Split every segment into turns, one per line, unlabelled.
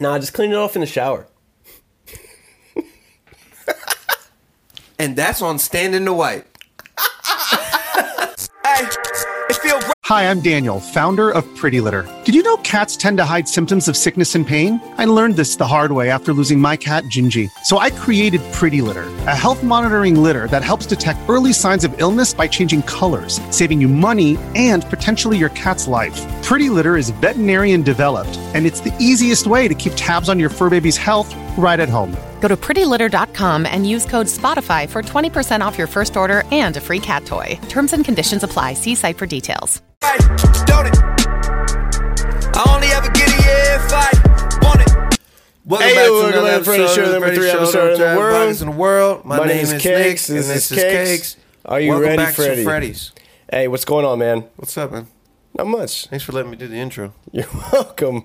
Nah, just clean it off in the shower.
And that's on Stand in the White. hey, it feel right.
Hi, I'm Daniel, founder of Pretty Litter. Did you know cats tend to hide symptoms of sickness and pain? I learned this the hard way after losing my cat, Gingy. So I created Pretty Litter, a health monitoring litter that helps detect early signs of illness by changing colors, saving you money and potentially your cat's life. Pretty Litter is veterinarian developed, and it's the easiest way to keep tabs on your fur baby's health right at home.
Go to prettylitter.com and use code SPOTIFY for 20% off your first order and a free cat toy. Terms and conditions apply. See site for details.
fight, don't it? I only ever get it if I want it. Welcome
Hey,
back to
welcome
another
back to Freddy
episode, of
Show,
the
number
Freddy
three
Show,
episode
number
in the
three
world.
episodes in the world. My,
My
name
name's
is
Cakes,
Nick, and
this
this
is
is
Cakes.
Cakes.
Are you
welcome
ready,
back
Freddy?
to Freddy's?
Hey, what's going on, man?
What's up, man?
Not much.
Thanks for letting me do the intro.
You're welcome.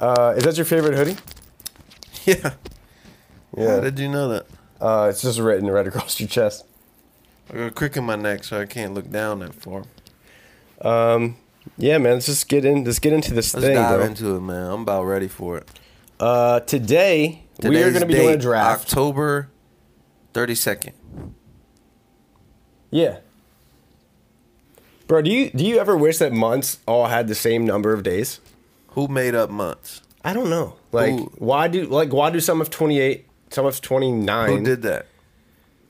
Uh, is that your favorite hoodie?
Yeah. How
Yeah.
did you know that?
Uh, it's just written right across your chest.
I got a crick in my neck, so I can't look down that far.
Yeah, man. Let's just get in. Let's get into this
Let's
thing,
dive
bro.
into it, man. I'm about ready for it.
uh, today we are
Today's
going to be
date,
doing a draft.
October 32nd.
yeah. Bro, do you do you ever wish that months all had the same number of days?
Who made up months?
I don't know. Like
Who-
why do like why do some of twenty eight, some of twenty nine?
Who did that?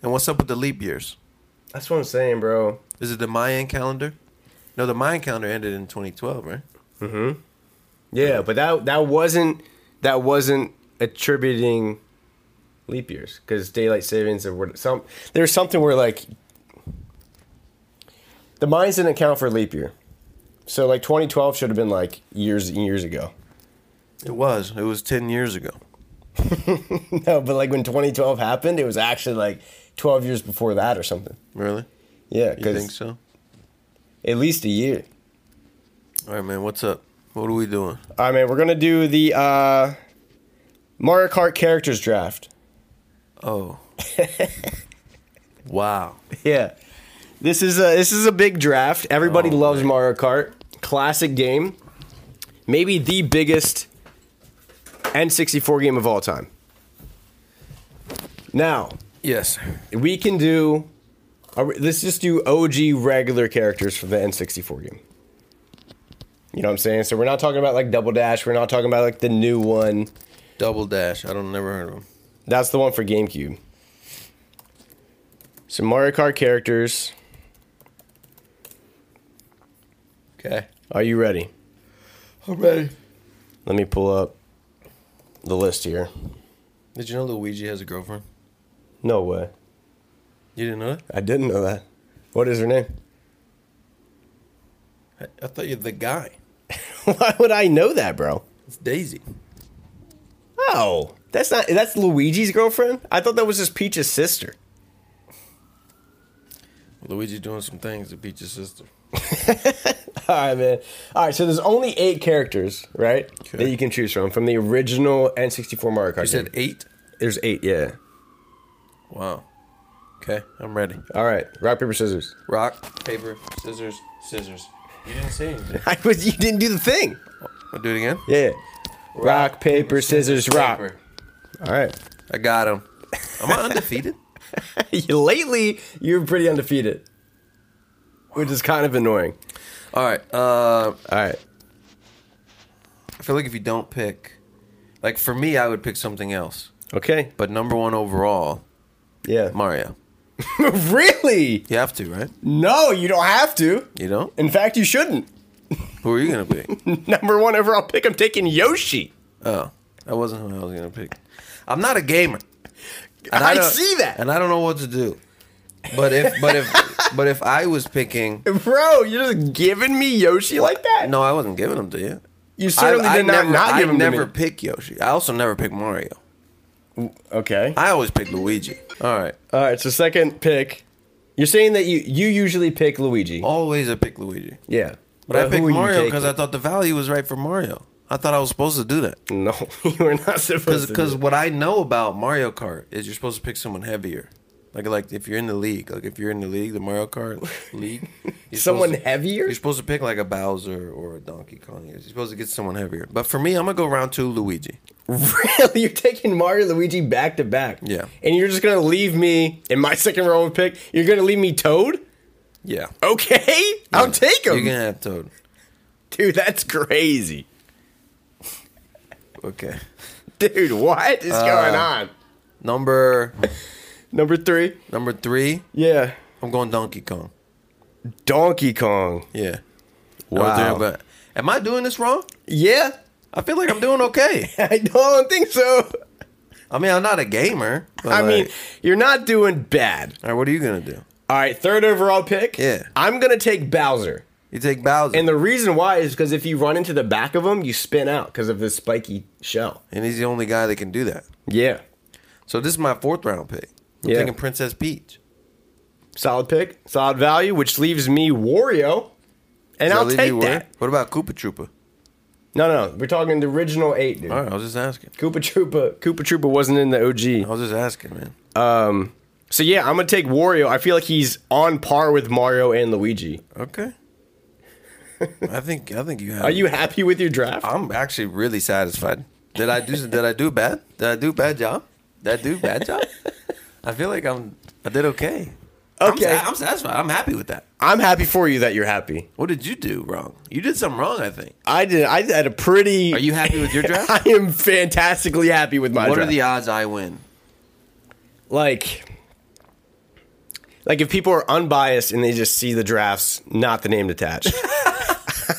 And what's up with the leap years?
That's what I'm saying, bro.
Is it the Mayan calendar? No, the Mayan calendar ended in 2012, right?
Yeah, but that that wasn't that wasn't attributing leap years because daylight savings or what- some there's something where like the mines didn't account for leap year, so like 2012 should have been like years and years ago.
It was. It was 10 years ago.
No, but like when 2012 happened, it was actually like 12 years before that or something.
Really?
Yeah,
You think
because
so?
at least a year.
All right, man. What's up? What are we doing?
All right, man, we're gonna do the uh, Mario Kart characters draft.
Oh. wow.
Yeah. This is a this is a big draft. Everybody loves Mario Kart. Classic game. Maybe the biggest N64 game of all time. Now,
Yes.
we can do are we- let's just do OG regular characters from the N64 game. You know what I'm saying? So we're not talking about like Double Dash, we're not talking about like the new one.
Double Dash. I don't never heard of him.
That's the one for GameCube. So Mario Kart characters.
Okay.
Are you ready?
I'm ready.
Let me pull up the list here.
Did you know Luigi has a girlfriend?
No way.
You didn't know that?
I didn't know that. What is her name?
I, I thought you're the guy.
Why would I know that, bro?
It's Daisy.
Oh, that's not that's Luigi's girlfriend? I thought that was just Peach's sister.
Luigi doing some things to beat your sister.
All right, man. All right, so there's only 8 characters, right? That you can choose from from the original N64 Mario Kart.
You said
game.
eight?
there's 8, yeah.
Wow. Okay, I'm ready.
All right, rock paper scissors.
Rock, paper, scissors, scissors. You didn't say anything.
I was you didn't do the thing.
I'll do it again.
Yeah. Rock, paper scissors rock.
Paper.
All right.
I got him. Am I undefeated?
Lately, you're pretty undefeated. Which is kind of annoying.
All right. Uh,
All right.
I feel like if you don't pick, like for me, I would pick something else.
Okay.
But number one overall,
Yeah.
Mario.
really?
You have to, right?
No, you don't have to.
You don't.
In fact, you shouldn't.
Who are you gonna pick?
Number one overall pick, I'm taking Yoshi.
Oh, that wasn't who I was gonna pick. I'm not a gamer. And
I
don't-
see that.
and I don't know what to do. But if, but if, but if I was picking,
Bro, you're just giving me Yoshi like that?
no, I wasn't giving them to you.
You certainly did not,
never,
not give
I
him to
never
me.
pick Yoshi. I also never pick Mario.
Okay.
I always pick Luigi. All right.
All right, so second pick. You're saying that you, you usually pick Luigi.
Always I pick Luigi.
Yeah.
Oh. But I
who
picked
were you
Mario because I
taking?
thought the value was right for Mario. I thought I was supposed to do that.
No, you were not supposed to. do
Because what I know about Mario Kart is you're supposed to pick someone heavier. Like like if you're in the league, like if you're in the league, the Mario Kart league, you're
Someone
supposed to-
heavier?
You're supposed to pick like a Bowser or a Donkey Kong. You're supposed to get someone heavier. But for me, I'm gonna go round two, Luigi.
Really? You're taking Mario and Luigi back to back.
Yeah.
And you're just going to leave me in my second round pick. You're going to leave me Toad?
Yeah,
Okay. I'll Oh, take
you're
him.
gonna have Toad.
Dude, that's crazy.
Okay,
Dude, what
Uh,
is going on?
number
Number three.
number three,
Yeah.
I'm going Donkey Kong.
Donkey Kong.
Yeah, I was doing-
Wow.
but am I doing this wrong?
Yeah.
I feel like I'm doing okay.
I don't think so.
I mean, I'm not a gamer. But
I mean,
like-
you're not doing bad.
all right, what are you gonna do?
All right, third overall pick.
Yeah.
I'm going to take Bowser.
You take Bowser,
And the reason why is because if you run into the back of him, you spin out because of this spiky shell.
and he's the only guy that can do that.
Yeah.
So this is my fourth round pick. I'm
Yeah.
taking Princess Peach.
Solid pick, solid value, which leaves me Wario. And
Does
I'll
that leave
take
you where?
that.
What about Koopa Troopa?
No, no, we're talking the original eight, dude.
All right, I was just asking.
Koopa Troopa, Koopa Troopa wasn't in the
I
OG.
was just asking, man.
So yeah, I'm gonna take Wario. I feel like he's on par with Mario and Luigi.
Okay. I think I think you have.
Are you happy with your draft?
I'm actually really satisfied. Did I do Did I do bad? Did I do a bad job? Did I do a bad job? I feel like I'm. I did okay. I'm,
Okay.
sa- I'm satisfied. I'm happy with that.
I'm happy for you that you're happy.
What did you do wrong? You did something wrong. I think.
I did. I had a pretty.
Are you happy with your draft?
I am fantastically happy with my
what
draft.
are the odds I win?
like like if people are unbiased and they just see the drafts, not the name attached.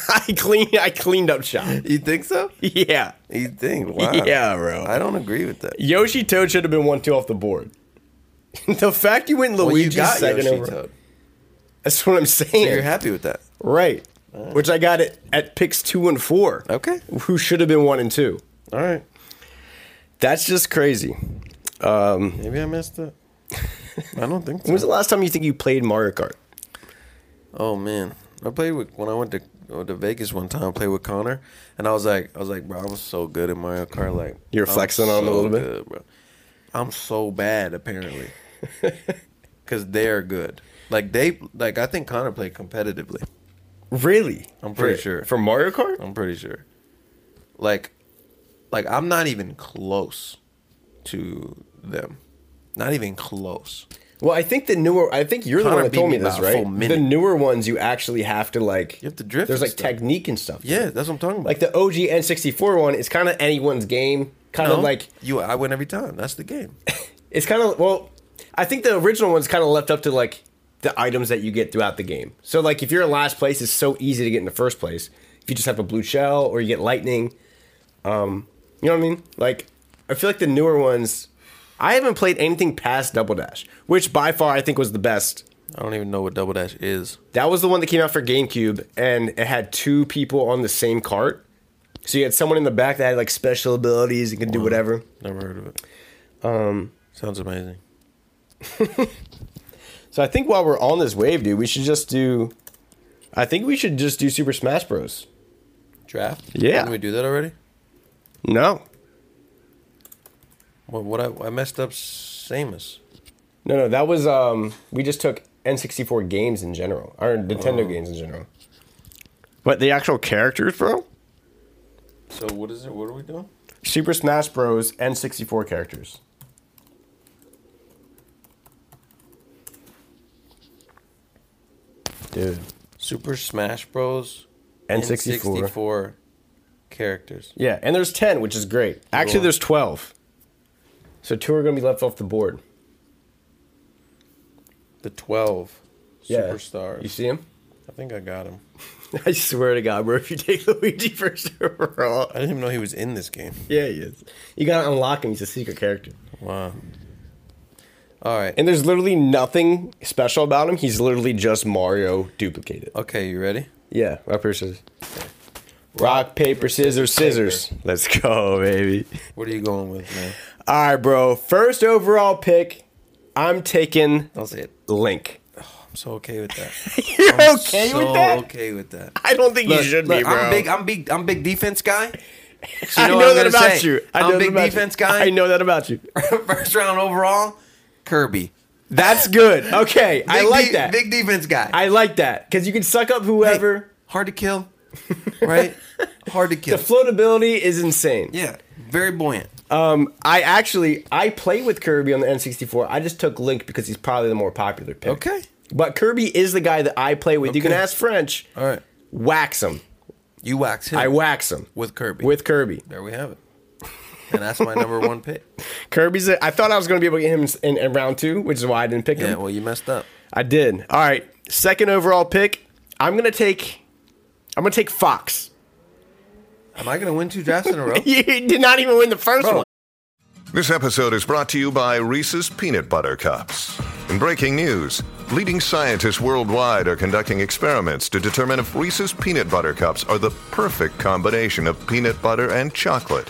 I clean I cleaned up shop.
You think so?
Yeah.
You think? Wow.
Yeah, bro.
I don't agree with that.
Yoshi Toad should have been one two off the board. the fact you went
Well, you
Luigi
got
second
Yoshi
over.
Toad.
That's what I'm saying.
You're happy with that?
right. Which I got it at picks two and four.
Okay.
Who should have been one and two.
All right.
That's just crazy.
Maybe I messed up. I don't think
When was
so.
the last time you think you played Mario Kart?
Oh man, I played with when I went to uh, to Vegas one time. I played with Connor, and I was like, I was like, bro, I'm so good at Mario Kart. Like
You're
I'm
flexing on him a little bit?
good, bro. I'm so bad apparently, because they're good. Like they like I think Connor played competitively.
Really?
I'm pretty
For-
sure.
For Mario Kart?
I'm pretty sure. Like, like I'm not even close to them. Not even close.
Well, I think the newer. I think you're the
Connor
one that
beat
told
me
me this,
by a full
right?
minute.
The newer ones, you actually have to like.
You have to drift
There's
and
like
stuff.
technique and stuff.
Yeah, that's what I'm talking about.
Like the OG N64 one, it's kind of anyone's game. Kind of
No,
like
you, I win every time. That's the game.
it's kind of well. I think the original one's kind of left up to like the items that you get throughout the game. So like if you're in last place, it's so easy to get in the first place. If you just have a blue shell or you get lightning, um, you know what I mean? Like I feel like the newer ones. I haven't played anything past Double Dash, which by far I think was the best
I don't even know what double dash is.
That was the one that came out for GameCube, and it had two people on the same cart. So you had someone in the back that had like special abilities and could do whatever.
Never heard of it. Um, sounds amazing.
So I think while we're on this wave, dude, we should just do. I think we should just do Super Smash Bros.
Draft.
Yeah.
Didn't we do that already?
No,
What? What? I, I messed up. Samus.
no, no. That was um. We just took N64 games in general, or Nintendo games in general. Oh. But the actual characters, bro.
So what is it? What are we doing?
Super Smash Bros. N64 characters. Dude.
Super Smash Bros.
N64.
N64 characters.
Yeah, and there's 10, which is great. Actually,
Cool.
there's 12. So two are going to be left off the board.
The twelve
Yeah.
superstars.
You see him?
I think I got him.
I swear to God, bro, if you take Luigi first overall.
I didn't even know he was in this game.
Yeah, he is. You got to unlock him. He's a secret character.
Wow. All right.
And there's literally nothing special about him. He's literally just Mario duplicated.
okay, you ready?
Yeah, rock, paper, scissors. Rock, paper, scissors, scissors. Let's go, baby.
What are you going with, man?
All right, bro. First overall pick, I'm taking
I'll say it.
Link.
I'm so okay with that.
You're okay
so
with that?
okay with that.
I don't think
Look,
you should
look,
be, bro.
I'm big. I'm big. I'm big defense guy. So
I
you
know,
what I'm
that
gonna
about
say.
you. I
I'm
know
a big
that about
defense
you.
guy.
I know that about you.
First round overall, Kirby.
That's good. Okay, I
Big
like
de-
that.
Big defense guy.
I like that because you can suck up whoever.
Hard to kill, right? Hard to
The
kill.
floatability is insane. Um,
yeah, very buoyant.
I actually I play with Kirby on the N64. I just took Link because he's probably the more popular pick.
Okay.
But Kirby is the guy that I play with. You can
Okay.
ask French.
All right,
Wax him.
you wax him.
I wax him.
with Kirby.
With Kirby.
there we have it. And that's my number one pick.
Kirby's a, I thought I was going to be able to get him in, in round 2, which is why I didn't pick
Yeah,
him.
well, you messed up.
I did. All right. Second overall pick. I'm going to take I'm going to take Fox.
Am I gonna win two drafts in a row?
You did not even win the first one.
This episode is brought to you by Reese's Peanut Butter Cups. In breaking news, leading scientists worldwide are conducting experiments to determine if Reese's Peanut Butter Cups are the perfect combination of peanut butter and chocolate.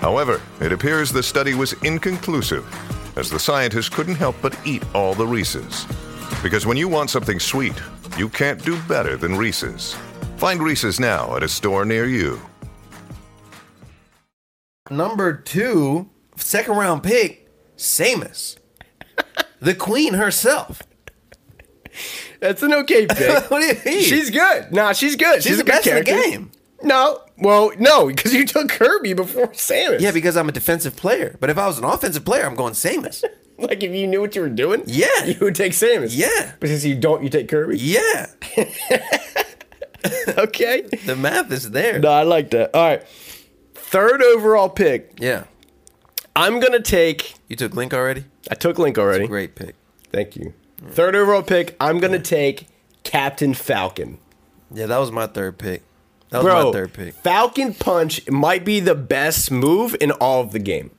However, it appears the study was inconclusive, as the scientists couldn't help but eat all the Reese's. Because when you want something sweet, you can't do better than Reese's. Find Reese's now at a store near you.
Number two, second round pick, Samus, the queen herself.
That's an okay pick.
What do you mean?
She's good. Nah, she's good. She's,
She's
a
the
good
best in the
character.
game.
No, well, no, because you took Kirby before Samus.
Yeah, because I'm a defensive player. But if I was an offensive player, I'm going Samus.
like if you knew what you were doing,
Yeah.
you would take Samus.
Yeah.
but since you don't, you take Kirby.
Yeah,
Okay,
the math is there.
no, I like that. All right, third overall pick.
Yeah,
I'm gonna take.
you took Link already.
I took Link already.
Great pick.
Thank you. Third overall pick. I'm gonna take Captain Falcon.
Yeah, that was my third pick. That was
Bro,
my third pick.
Falcon Punch might be the best move in all of the game.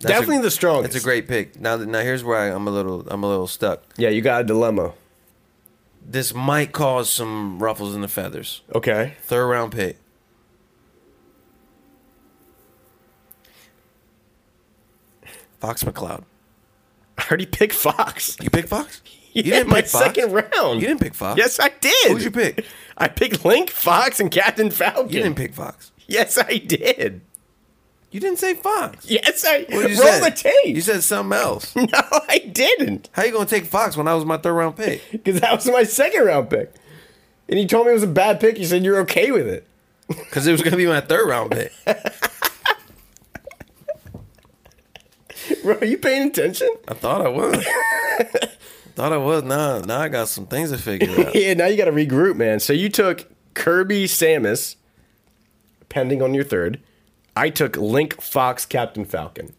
That's
Definitely
a-
the strongest.
That's a great pick. Now, now here's where I, I'm a little, I'm a little stuck.
Yeah, you got a dilemma.
This might cause some ruffles in the feathers.
Okay.
Third round pick. Fox McCloud.
I already picked Fox.
You pick Fox?
You
You
yeah,
didn't
my
pick Fox?
second round.
You didn't pick Fox.
Yes, I did.
Who'd you pick?
I picked Link, Fox, and Captain Falcon.
You didn't pick Fox.
Yes, I did.
You didn't say Fox.
Yes, I.
What'd you
roll
say?
the tape.
You said something else.
no, I didn't,
How you gonna take Fox when I was my third round pick?
because that was my second round pick. And you told me it was a bad pick. You said you're okay with it.
Because it was gonna be my third round pick.
Bro, are you paying attention?
I thought I was. thought I was. Nah, now I got some things to figure out.
Yeah. Now you got to regroup, man. So you took Kirby, Samus, pending on your third. I took Link, Fox, Captain Falcon.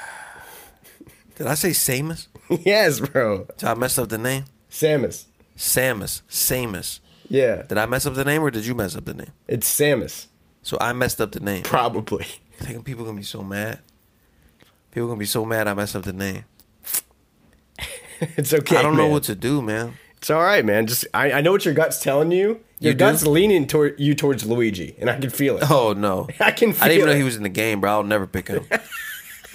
Did I say Samus?
yes, bro.
Did I mess up the name?
Samus.
Samus. Samus.
Yeah.
Did I mess up the name or did you mess up the name?
It's Samus.
So I messed up the name.
Probably.
Thinking people gonna be so mad. People gonna be so mad I messed up the name.
It's okay.
I don't know
man.
what to do, man.
It's all right, man. Just I, I know what your gut's telling you. Your
You do?
gut's leaning toward you towards Luigi, and I can feel it.
Oh no.
I can
I didn't
feel
even know
it.
he was in the game, bro. I'll never pick him.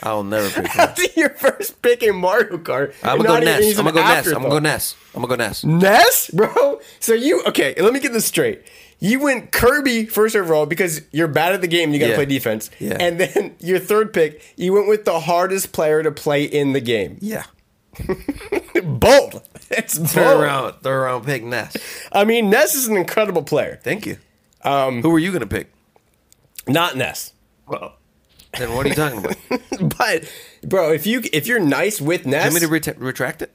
I'll never pick him.
your first pick in Mario Kart.
I'm
and
gonna go
not even-
Ness.
he's
I'm gonna
an
go Ness. I'm gonna go
afterthought.
Ness. I'm gonna go Ness.
Ness, bro. So you okay? Let me get this straight. You went Kirby first overall because you're bad at the game. and You got to
Yeah.
play defense.
Yeah.
And then your third pick, you went with the hardest player to play in the game.
Yeah.
Bold. It's
Third
bold.
round, third round pick Ness.
I mean, Ness is an incredible player.
Thank you. Um, Who were you gonna pick?
Not Ness.
Then what are you talking about? you
But bro, if you if you're nice with Ness,
want me to ret- retract it?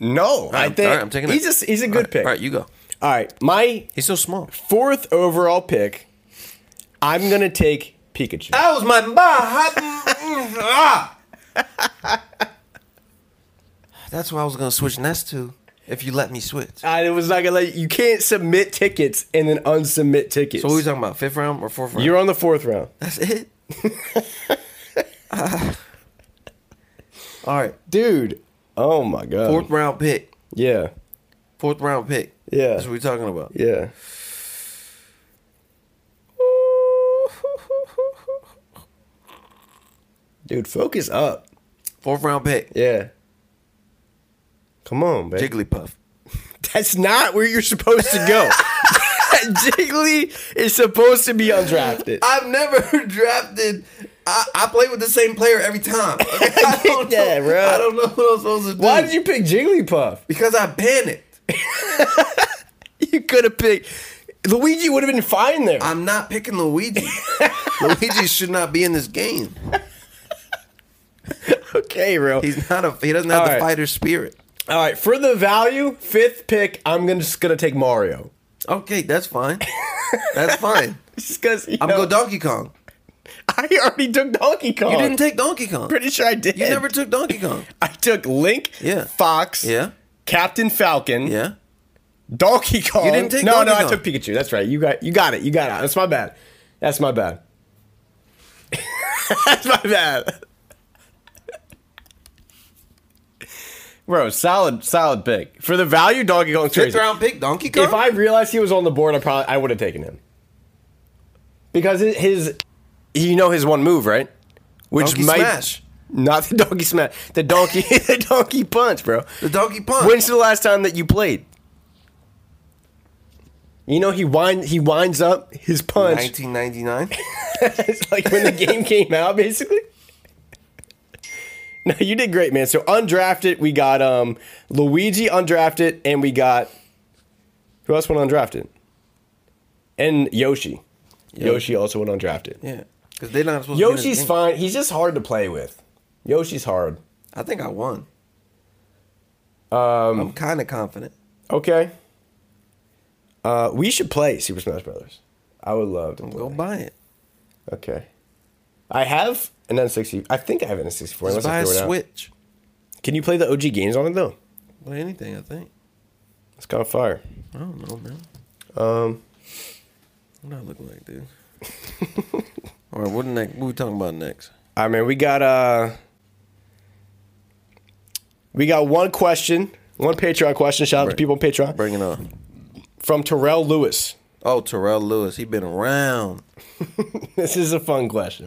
no, I
Alright,
think
alright, I'm taking
he's
it.
a he's a
All
good
right,
pick.
All right, you go.
All right, my
He's so small.
fourth overall pick. I'm gonna take Pikachu.
That was my bah. That's what I was gonna switch Ness to if you let me switch. So
I was not gonna let you, you can't submit tickets and then unsubmit tickets.
what are we talking about? Fifth round or fourth round?
You're on the fourth round.
That's it. all right,
Dude. Oh my god.
fourth round pick.
Yeah.
Fourth round pick.
Yeah.
that's what we're talking about.
Yeah. Dude, focus up.
Fourth round pick.
Yeah. Come on, baby.
Jigglypuff.
That's not where you're supposed to go. Jiggly is supposed to be undrafted.
I've never drafted I, I play with the same player every time. I, don't know,
that, bro.
I don't know what I'm supposed to do.
Why did you pick Jigglypuff?
Because I panicked.
You could have picked Luigi. Would have been fine there.
I'm not picking Luigi. Luigi should not be in this game.
okay, bro.
He's not a. He doesn't have
All
the
right.
fighter spirit.
All right, for the value, fifth pick, I'm gonna, just gonna take Mario.
Okay, that's fine. That's fine.
Just because
I'm go Donkey Kong.
I already took Donkey Kong.
You didn't take Donkey Kong.
Oh. Pretty sure I did.
You never took Donkey Kong.
I took Link.
Yeah.
Fox.
Yeah.
Captain Falcon.
Yeah.
Donkey Kong.
You didn't take
no,
Donkey
no, I
Kong.
took Pikachu. That's right. You got, you got it. You got it. That's my bad. That's my bad. That's my bad. Bro, solid, solid pick for the value. Donkey Kong's
Fifth
crazy.
round pick, Donkey Kong.
If I realized he was on the board, I probably I would have taken him because his, his you know his one move right, which
Donkey
might
Smash.
not the donkey smash, the donkey the donkey punch, bro.
the Donkey Punch.
When's the last time that you played? You know he wind he winds up his punch
1999.
It's like when the game came out, basically. No, you did great, man. So undrafted, we got um Luigi undrafted, and we got who else went undrafted? And Yoshi. Yoshi also went undrafted.
Yeah, because they're not supposed. to be in this
Yoshi's
game.
fine. He's just hard to play with. Yoshi's hard.
I think I won. Um, I'm kind of confident.
Okay. Uh, we should play Super Smash Brothers. I would love to play.
Go buy it.
Okay. I have an N60. I think I have an N64.
Just
Unless
buy
I
a
throw it out.
Switch.
Can you play the OG games on it though?
Play anything. I think.
It's kind of fire.
I don't know, man. Um, what I look like, dude. All right, what the next? What we talking about next?
I mean, we got uh, we got one question, one Patreon question. Shout out to
Right.
people on Patreon
Bring it on.
from Terrell Lewis.
Oh, Terrell Lewis. He been around.
This is a fun question.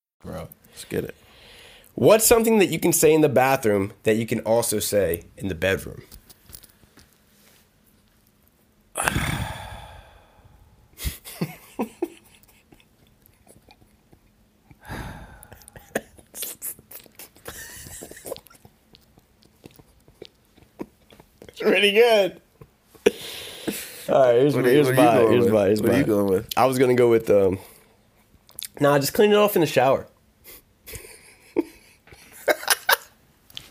Let's get it.
What's something that you can say in the bathroom that you can also say in the bedroom? It's Pretty good. All right, here's,
What are you-
here's
what are you
mine.
going
Here's
with?
mine. Here's
What are you
mine.
going with?
I was gonna go with um. Nah, just clean it off in the shower.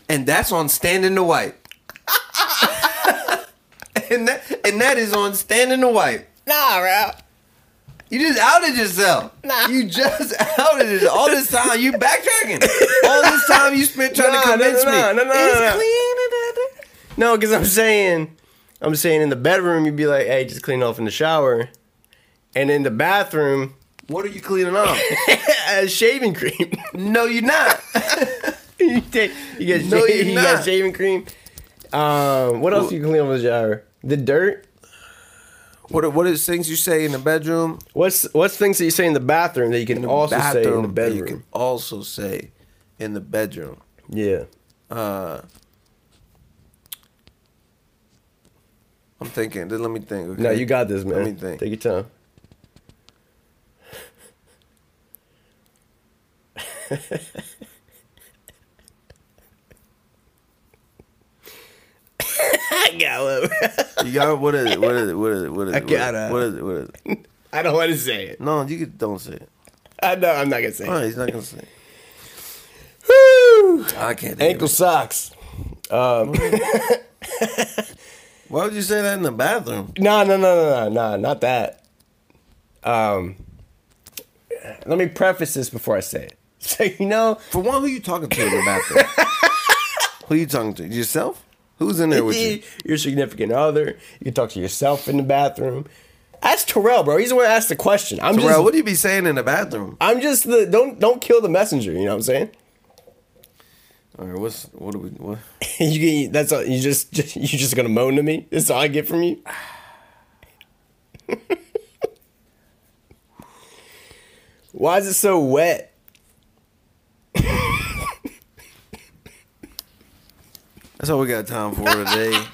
And that's on Standing the White. and that and that is on Standing the White.
Nah, bro.
You just outed yourself. You just outed it. All this time you backtracking. All this time you spent trying
Nah,
to
no, no,
convince
no,
me.
no, no,
It's
no, no.
clean.
No, because I'm saying, I'm saying in the bedroom you'd be like, hey, just clean off in the shower, and in the bathroom,
What are you cleaning off?
uh, shaving cream.
no, you're not.
you take, you get,
No,
shaving,
you're
you got
not.
shaving cream. Um, what else you can clean off in the shower? The dirt.
What are, what is things you say in the bedroom?
What's what's things that you say in the bathroom that you can also say in the
that You
bedroom?
can also say in the bedroom.
Yeah.
I'm thinking. Let me think. Okay?
No, you got this, man.
Let me think.
Take your time. I got it.
You got what is it? What is it? What is it? What is it?
I
What is it?
gotta-
What is it? What is it?
I don't want to say it.
No, you could- don't say it.
I know I'm not gonna say
All right,
it.
he's not gonna say. it.
Woo!
I can't. Think
Ankle
Ankles.
socks.
Why would you say that in the bathroom?
No, no, no, no, no, no, not that. Um, let me preface this before I say it. So you know,
For one, who you talking to in the bathroom? who you talking to? Yourself? Who's in there with you?
your significant other. You can talk to yourself in the bathroom. Ask Terrell, bro. He's the one that asked the question. I'm
Terrell,
just,
what do you be saying in the bathroom?
I'm just the don't don't kill the messenger. You know what I'm saying?
All right, what's what do we what?
you can- that's all, you just, just you just gonna moan to me. That's all I get from you. Why is it so wet?
That's all we got time for today.